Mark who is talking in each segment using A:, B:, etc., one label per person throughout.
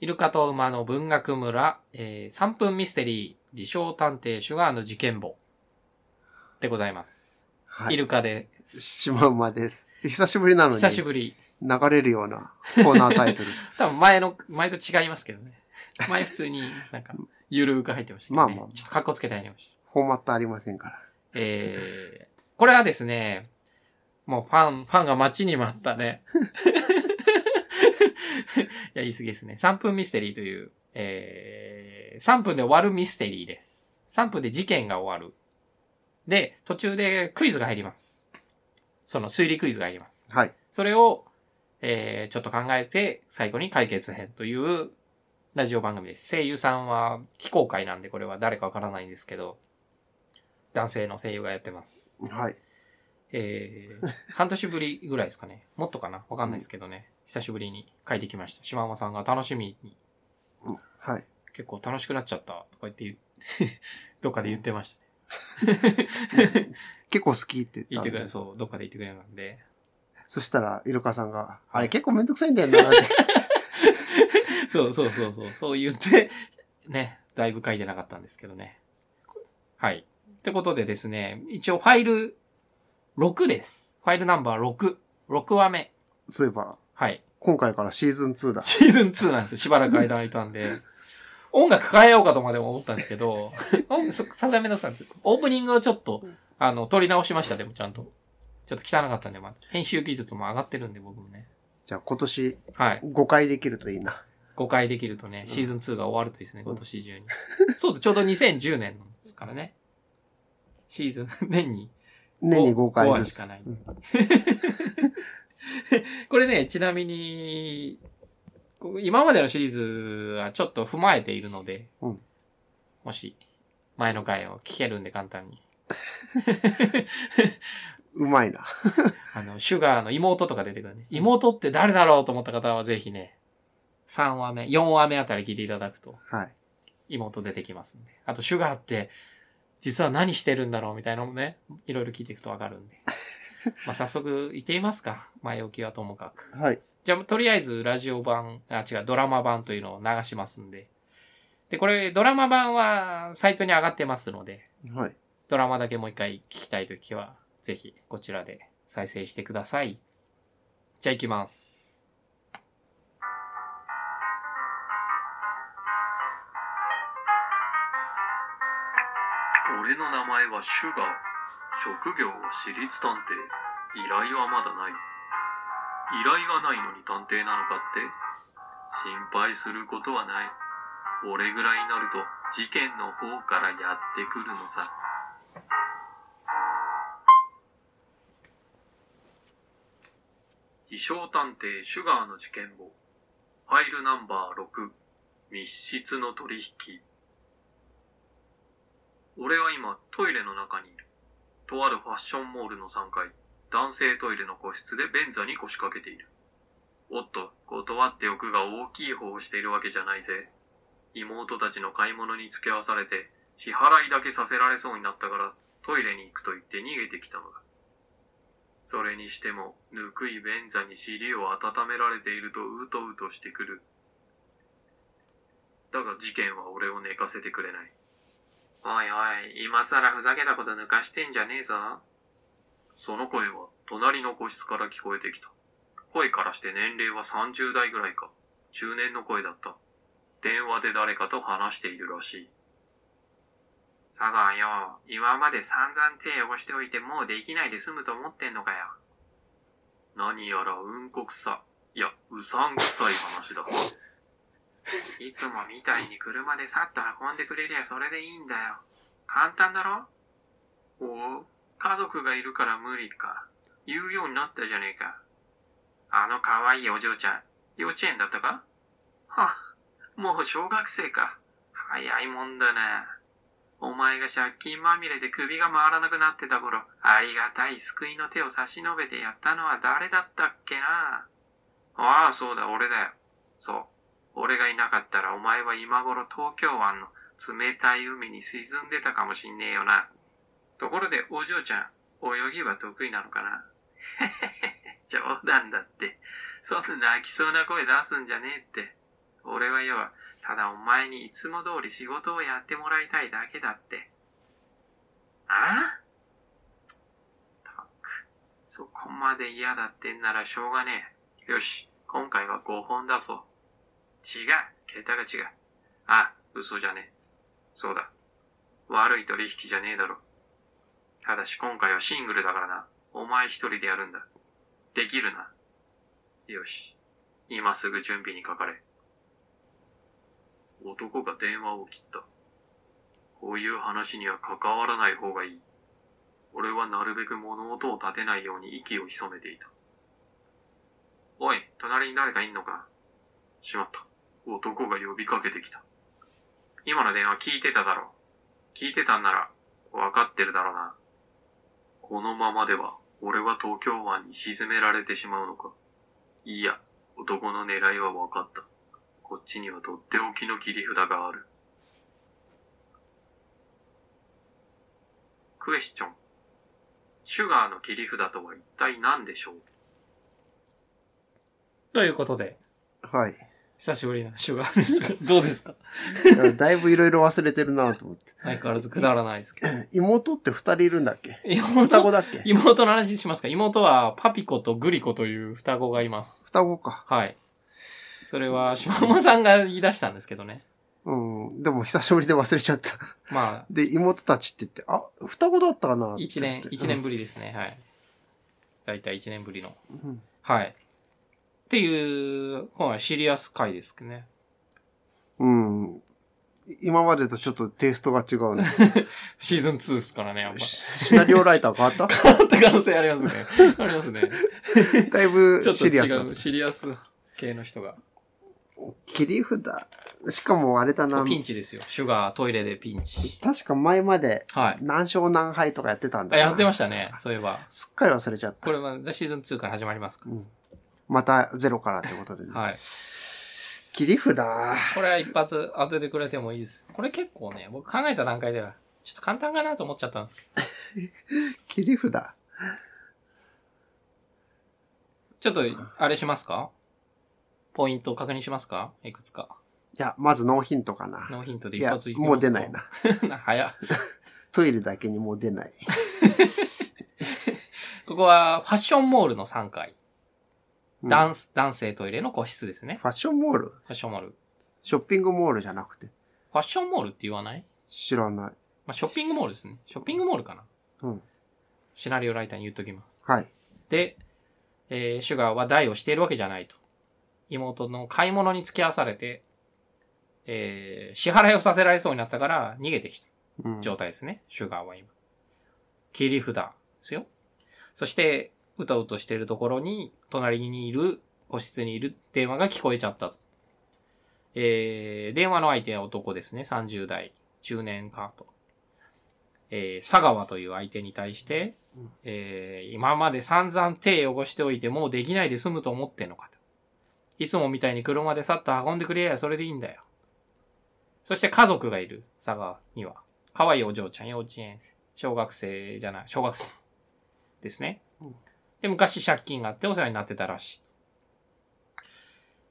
A: イルカと馬の文学村、えー、3分ミステリー、自称探偵シュガーの事件簿でございます。
B: は
A: イ
B: い。
A: ルカです。
B: シマウマです。久しぶりなのに、
A: 久し
B: 流
A: ぶり。
B: れるようなコーナータ イトル。
A: 多分前の、前と違いますけどね。前普通になんか、ゆるーく入ってましたけど、ね。
B: まあまあ
A: ちょっと格好つけて入りました。
B: フォーマットありませんから。
A: えー、これはですね、もうファン、ファンが待ちに待ったね。 いや、言い過ぎですね。3分ミステリーという、えー、3分で終わるミステリーです。3分で事件が終わる。で、途中でクイズが入ります。その推理クイズが入ります。
B: はい。
A: それを、えー、ちょっと考えて、最後に解決編というラジオ番組です。声優さんは非公開なんで、これは誰かわからないんですけど、男性の声優がやってます。
B: はい。
A: えー、半年ぶりぐらいですかね。もっとかなわかんないですけどね。久しぶりに書いてきました。島山さんが楽しみに、
B: うんはい。
A: 結構楽しくなっちゃったとか言って 言う、どっかで言ってましたね。
B: 結構好きって
A: 言
B: 言っ
A: ったて
B: の
A: くれ、そう、どっかで言ってくれたんで。
B: そしたら、イルカさんが、
A: い
B: あれ結構めんどくさいんだよ なって。
A: そうそうそうそう、そう言って、ね、だいぶ書いてなかったんですけどね。はい。ってことでですね、一応ファイル6です。ファイルナンバー6。6話目。
B: そういえば、
A: はい。
B: 今回からシーズン2だ。
A: シーズン2なんですよ。しばらく間空いたんで。音楽変えようかとまでも思ったんですけど、音そさすがにめんどくさいんですよオープニングをちょっと、あの、撮り直しました、でもちゃんと。ちょっと汚かったんで、まあ、編集技術も上がってるんで、僕もね。
B: じゃあ今年
A: はい。
B: 5回できるといいな。
A: 誤解できるとね、シーズン2が終わるといいですね、今年中に。そうだ、ちょうど2010年なんですからね。シーズン、年に。
B: 年に5回
A: 5
B: ず
A: 話
B: つ。
A: しかない
B: うん
A: これね、ちなみに、こう今までのシリーズはちょっと踏まえているので、
B: うん
A: もし、前の回を聞けるんで簡単に。
B: うまいな。
A: あの、シュガーの妹とか出てくるね。妹って誰だろうと思った方はぜひね、3話目、4話目あたり聞いていただくと。
B: はい。
A: 妹出てきますんで。あと、シュガーって、実は何してるんだろうみたいなのもね、いろいろ聞いていくとわかるん で。まあ、早速、行ってみますか。前置きはともかく。
B: はい。
A: じゃあ、とりあえず、ラジオ版、あ、違う、ドラマ版というのを流しますんで。で、これ、ドラマ版は、サイトに上がってますので、
B: はい。
A: ドラマだけもう一回聞きたいときは、ぜひ、こちらで再生してください。じゃあ、行きます。
C: 俺の名前はシュガー。職業は私立探偵。依頼はまだない。依頼がないのに探偵なのかって心配することはない。俺ぐらいになると事件の方からやってくるのさ。自称探偵シュガーの事件簿。ファイルナンバー6。密室の取引。俺は今トイレの中にいる。とあるファッションモールの3階、男性トイレの個室で便座に腰掛けている。おっと、断っておくが大きい方をしているわけじゃないぜ。妹たちの買い物に付き合わされて、支払いだけさせられそうになったから、トイレに行くと言って逃げてきたのだ。それにしても、ぬくい便座に尻を温められているとうとうとしてくる。だが事件は俺を寝かせてくれない。おいおい、今さらふざけたこと抜かしてんじゃねえぞ。その声は隣の個室から聞こえてきた。声からして年齢は30代ぐらいか。中年の声だった。電話で誰かと話しているらしい。佐川よ、今まで散々手汚しておいてもうできないで済むと思ってんのかよ。何やらうんこくさ、いや、うさんくさい話だ。いつもみたいに車でさっと運んでくれりゃそれでいいんだよ。簡単だろおお、家族がいるから無理か。言うようになったじゃねえか。あの可愛いお嬢ちゃん、幼稚園だったかはあ、もう小学生か。早いもんだね。お前が借金まみれで首が回らなくなってた頃、ありがたい救いの手を差し伸べてやったのは誰だったっけな。ああ、そうだ、俺だよ。そう。俺がいなかったらお前は今頃東京湾の冷たい海に沈んでたかもしんねえよな。ところでお嬢ちゃん、泳ぎは得意なのかな 冗談だって。そんな泣きそうな声出すんじゃねえって。俺は要は、ただお前にいつも通り仕事をやってもらいたいだけだって。ああたっく、そこまで嫌だってんならしょうがねえ。よし、今回は5本出そう。違う、桁が違う。あ、嘘じゃねえ。そうだ。悪い取引じゃねえだろ。ただし今回はシングルだからな。お前一人でやるんだ。できるな。よし。今すぐ準備にかかれ。男が電話を切った。こういう話には関わらない方がいい。俺はなるべく物音を立てないように息を潜めていた。おい、隣に誰かいんのかしまった。男が呼びかけてきた。今の電話聞いてただろ。聞いてたんなら、わかってるだろうな。このままでは、俺は東京湾に沈められてしまうのか。いや、男の狙いはわかった。こっちにはとっておきの切り札がある。クエスチョン。シュガーの切り札とは一体何でしょう
A: ということで、
B: はい。
A: 久しぶりなシュガーでした。 どうですか
B: だからだいぶいろいろ忘れてるなと思って。
A: 相変わらずくだらないですけど。
B: 妹って二人いるんだっけ双
A: 妹、
B: 子だっけ
A: 妹の話しますか妹はパピコとグリコという双子がいます。
B: 双子か。
A: はい。それは、島間さんが言い出したんですけどね。
B: うん。でも久しぶりで忘れちゃった。
A: まあ、
B: で、妹たちって言って、あ、双子だったかな
A: 一年
B: って、言って
A: 一年ぶりですね。はい。だいたい一年ぶりの。
B: うん
A: はい。っていう、今回シリアス回ですね。
B: うん。うん今までとちょっとテイストが違うね。
A: シーズン2ですからね、やっぱ。
B: シシナリオライター変 わった
A: 変わった可能性ありますね。ありますね。
B: だいぶ
A: ちょっと
B: シリアスだっ
A: 違う、シリアス系の人が。
B: た。切り札。しかもあれだな。
A: ピンチですよ。シュガー、トイレでピンチ。
B: 確か前まで
A: はい。
B: 何勝何敗とかやってたん
A: あ
B: だよな
A: やってましたね。そういえば。
B: すっかり忘れちゃった。
A: これはシーズン2から始まりますか
B: うんまたゼロからってことでね。
A: はい。
B: 切り札。
A: これは一発当ててくれてもいいです。これ結構ね、僕考えた段階では、ちょっと簡単かなと思っちゃったんですけど。
B: 切り札。
A: ちょっと、あれしますかポイントを確認しますかいくつか。
B: いや、まずノーヒントかな。
A: ノーヒントで
B: い
A: 一
B: や
A: 発、きますか
B: もう出ない。な。
A: 早っ。
B: トイレだけにもう出ない。
A: ここは、ファッションモールの3階。
B: うんフ
A: 男男性トイレの個室ですね。
B: ァッションモール
A: ファッションモール。
B: ショッピングモールじゃなくて。
A: ファッションモールって言わない
B: 知らない。
A: まあ、ショッピングモールですね。ショッピングモールかな。
B: うん。
A: シナリオライターに言っときます。
B: はい。
A: で、えーシュガーは代をしているわけじゃないと。妹の買い物に付き合わされて、えー支払いをさせられそうになったから逃げてきた
B: うん、
A: 状態ですね。シュガーは今。切り札ですよ。そして、うとうとしているところに、隣にいる、個室にいる電話が聞こえちゃったと。えー電話の相手は男ですね。30代。中年かと。えー佐川という相手に対して
B: うん、
A: えー今まで散々手汚しておいてもうできないで済むと思ってんのかと。いつもみたいに車でさっと運んでくれりゃそれでいいんだよ。そして家族がいる、佐川には。可愛いお嬢ちゃん、幼稚園生。小学生じゃない、小学生ですね
B: うん。
A: で、昔借金があってお世話になってたらしいと。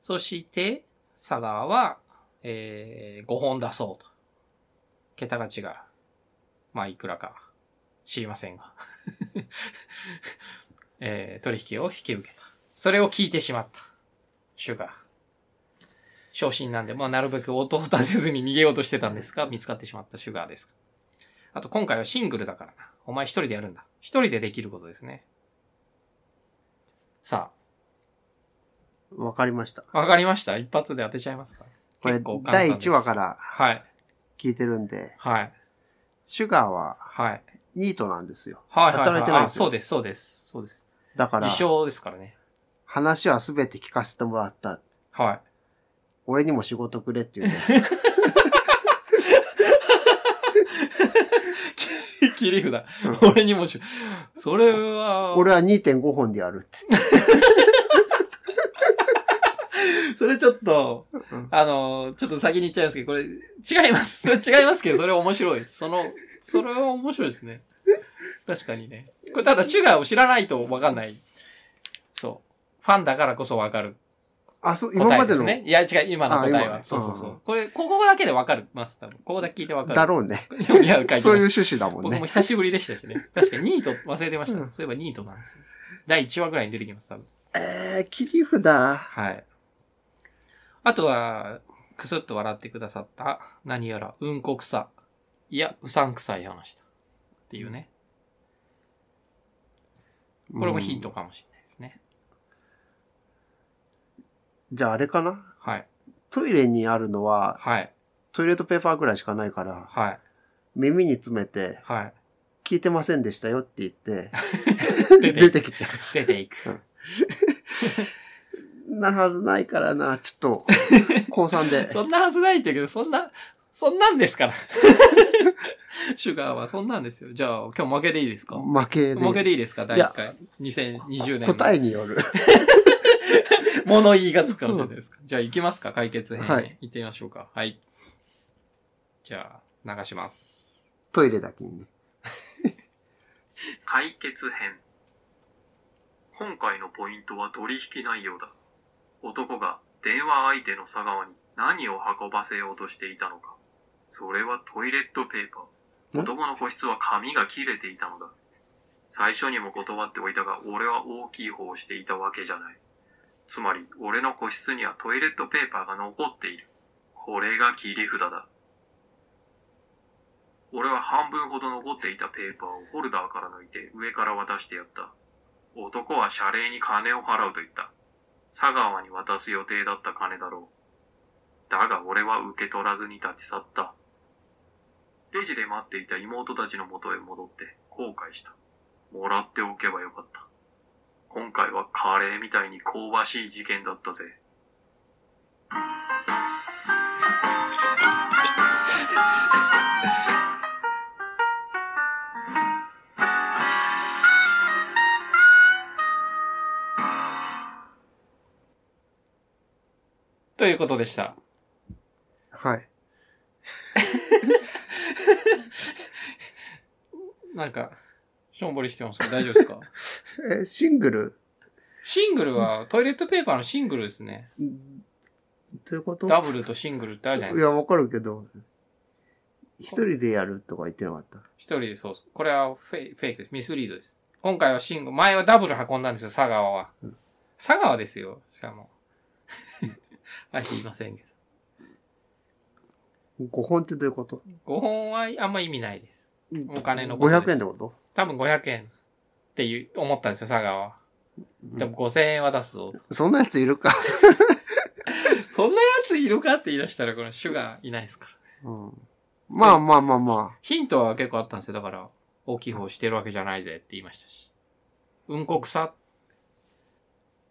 A: そして、佐川は、え5本出そうと。桁が違う。まあ、いくらか知りませんが。 えー取引を引き受けた。それを聞いてしまった。シュガー。昇進なんで、まあ、なるべく音を立てずに逃げようとしてたんですが、見つかってしまったシュガーです。あと、今回はシングルだからな。お前一人でやるんだ。一人でできることですね。さ
B: わかりました。
A: あ、わかりました一発で当てちゃいますか
B: これ
A: 結構、簡単
B: 第
A: です
B: 1話から
A: はい。
B: 聞いてるんで、
A: はい。
B: シュガーは
A: はい。
B: ニートなんですよ。
A: はい、はい。
B: 働いてない
A: あ
B: ですよ
A: そうです、そうです。そうです。
B: だから、
A: 自称ですからね。
B: 話はすべて聞かせてもらった。
A: はい。
B: 俺にも仕事くれって言うんです。
A: 切り札。俺にもし、それは、
B: 俺は2.5本でやるって。
A: それちょっと
B: うん、
A: あの、ちょっと先に言っちゃいますけど、これ、違います。 違いますけど、それ面白いです。その、それは面白いですね。確かにね。これ、ただ、シュガーを知らないとわかんない。そう。ファンだからこそわかる
B: あ、そう、今までの。
A: 答えすね。いや、違う、今の答え
B: あ今
A: は。そうそうそう
B: うん。
A: これ、ここだけでわかるます、多分。ここだけ聞いてわかる。
B: だろうね。
A: 読み合う回
B: そういう趣旨だもん
A: 僕
B: ね
A: も。久しぶりでしたしね。 確かにニート忘れてました。
B: うん
A: そういえばニートなんですよ。第1話ぐらいに出てきます、多分。
B: えー、切り札。
A: はい。あとは、くすっと笑ってくださった、何やら、うんこ臭。いや、うさんくさい話だ。っていうね。これもヒントかもしれないですね。
B: うん。じゃああれかな
A: はい。
B: トイレにあるのは、
A: はい。
B: トイレットペーパーぐらいしかないから、
A: はい。
B: 耳に詰めて、
A: はい。
B: 聞いてませんでしたよって言って、
A: 出て
B: 出
A: いく。
B: てきちゃ
A: 出ていく。
B: う。なはずないからな、ち ょっと、高三で。
A: そんなはずないんだけど、そんな、そんなんですから。 シュガーはそんなんですよ。じゃあ、今日負けでいいですか
B: 負け
A: 負け
B: で。
A: でいいですか第1回。2020年の。
B: 答えによる。
A: 物言いがつくかもしれないです か。じゃあ行きますか、解決編に。
B: はい
A: 行ってみましょうか。はい。じゃあ、流します。
B: トイレだけにね。
C: 解決編。今回のポイントは取引内容だ。男が電話相手の佐川に何を運ばせようとしていたのか。それはトイレットペーパー。
B: ん
C: 男の個室は紙が切れていたのだ。最初にも断っておいたが、俺は大きい方をしていたわけじゃない。つまり、俺の個室にはトイレットペーパーが残っている。これが切り札だ。俺は半分ほど残っていたペーパーをホルダーから抜いて上から渡してやった。男は謝礼に金を払うと言った。佐川に渡す予定だった金だろう。だが俺は受け取らずに立ち去った。レジで待っていた妹たちの元へ戻って後悔した。もらっておけばよかった。今回はカレーみたいに香ばしい事件だったぜ。
A: ということでした。
B: はい。
A: なんか、しょんぼりしてますけど大丈夫です か
B: えーシングル
A: シングルは、トイレットペーパーのシングルですね。
B: んどういうこと
A: ダブルとシングルってあるじゃない
B: い
A: です
B: や、
A: か。
B: わかるけど、一人でやるとか言ってなかった。
A: 一人でそうそう。これはフェイフェイクです。ミスリードです。今回はシングル、前はダブル運んだんですよ、佐川は。佐川ですよ、しかも。 あえて言いませんけど。
B: 5本ってどういうこと
A: 5本はあんま意味ないです。お金のことです
B: ?500 円ってこと
A: 多分500円っていう、思ったんですよ、佐川は。
B: うん
A: でも5000円は出すぞ。
B: そんなやついるか。
A: そんなやついるかって言い出したら、このシュガーいないですから。
B: うんまあまあまあま
A: ヒントは結構あったんですよ。だから、大きい方してるわけじゃないぜって言いましたし。うんこ草、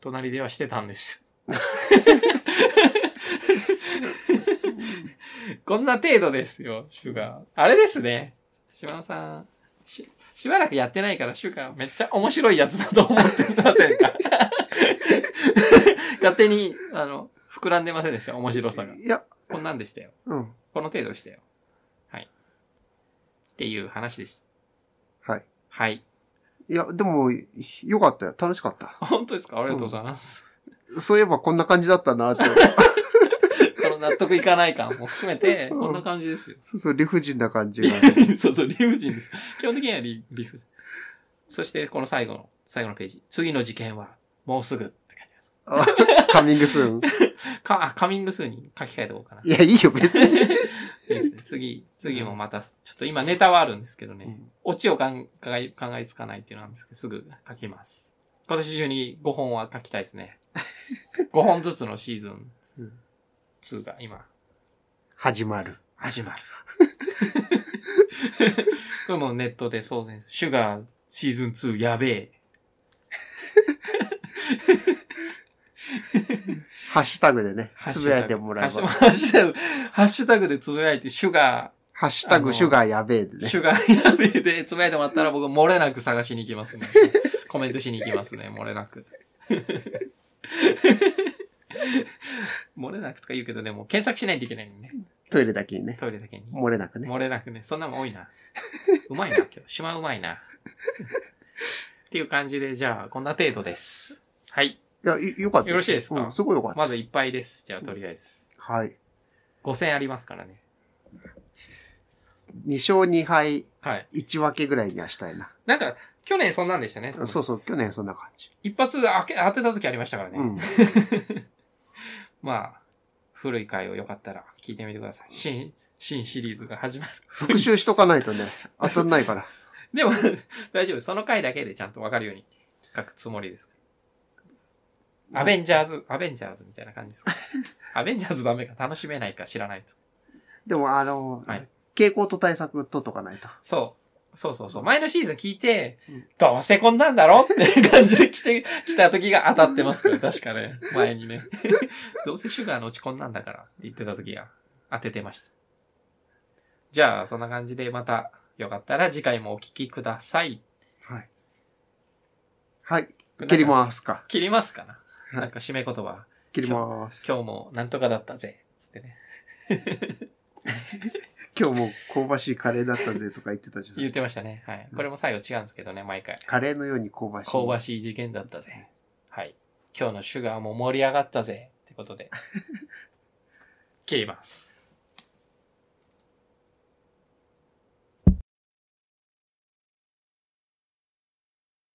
A: 隣ではしてたんですよ。こんな程度ですよ、シュガー。あれですね。島さん。し、しばらくやってないから、シュガーめっちゃ面白いやつだと思ってませんか勝手に、あの、膨らんでませんでした、面白さが
B: あ。。いや、
A: こんなんでしたよ。
B: うん。
A: この程度でしたよ。はい。っていう話でした。
B: はい。
A: はい。
B: いや、でも、よかったよ。楽しかった。
A: 本当ですかありがとうございます。
B: そういえばこんな感じだったなって。
A: この納得いかない感も含めて、
B: うん
A: こんな感じですよ。
B: そうそう、理不尽な感じが。
A: そうそう、理不尽です。基本的には理理不尽。そして、この最後の、最後のページ。次の事件は、もうすぐって書いてます
B: あカミングスーン。
A: か、あ、カミングスーンに書き換えておこうかな。い
B: いや、いいよ、別
A: い
B: に。
A: ですね。 次、次もまた、ちょっと今ネタはあるんですけどね。オチを考え、考えつかないっていうのなんですけど、すぐ書きます。今年中に5本は書きたいです ね。5本ずつのシーズン
B: うん
A: 2が今、
B: 始まる。
A: 始まる。 これもうネットでそうです。シュガーシーズン2やべえ。
B: ハッシュタグでね、つぶやいてもらえ
A: ハ
B: ば。
A: ッシュタグ、ハッシュタグでつぶやいて、シュガ
B: ハッシュタ
A: あの
B: グ、シュガーやべえで
A: ー、
B: ね
A: シ。ュガーやべえでつぶやいてもらったら僕漏れなく探しに行き ますね。コメントしに行きますね、漏れなく。 漏れなくとか言うけど、でも検索しないといけないのね。
B: トイレだけにね。
A: トイレだけに。
B: 漏れなくね。
A: 漏れなくね。そんなもん多い な。うまいな、今日。島うまいな。っていう感じで、じゃあ、こんな程度です。はい。
B: いや、いよかった。
A: よろしいですか
B: うん、すごいよかった。
A: まずいっぱいです。じゃあ、とりあえず。
B: はい。
A: 5000ありますからね。
B: 2勝2敗、
A: はい。
B: 1分けぐらいにはしたいな。
A: なんか、去年そんなんでしたね。
B: そうそう、去年そんな感じ。
A: 一発当て当てた時ありましたからね。
B: うん。
A: まあ、古い回をよかったら聞いてみてください。新、新シリーズが始まる。
B: 復習しとかないとね、当たんないから。
A: でも、 大丈夫。その回だけでちゃんとわかるように書くつもりです。アベンジャーズ、アベンジャーズみたいな感じですか。 アベンジャーズダメか、楽しめないか知らないと。
B: でも、あの、
A: はい
B: 傾向と対策取っとかないと。
A: そう。そうそうそう。前のシーズン聞いて
B: うん、
A: どうせこんなんだろっていう感じで来 て、来た時が当たってますから、確かね。前にね。 どうせシュガーの落ち込んだんだからって言ってた時が当ててました。じゃあ、そんな感じでまた、よかったら次回もお聞きください。
B: はい。はい。切りますか。
A: 切りますかな、
B: はい
A: なんか締め言葉。
B: 切ります。
A: 今日もなんとかだったぜ。つってね。
B: 今日も香ばしいカレーだったぜとか言ってたじゃ
A: 言っ
B: ん。
A: てましたね。はい。これも最後違うんですけどね、毎回。
B: カレーのように香ばしい。
A: 香ばしい事件だったぜ。はい。 今日のシュガーも盛り上がったぜ。ってことで。切ります。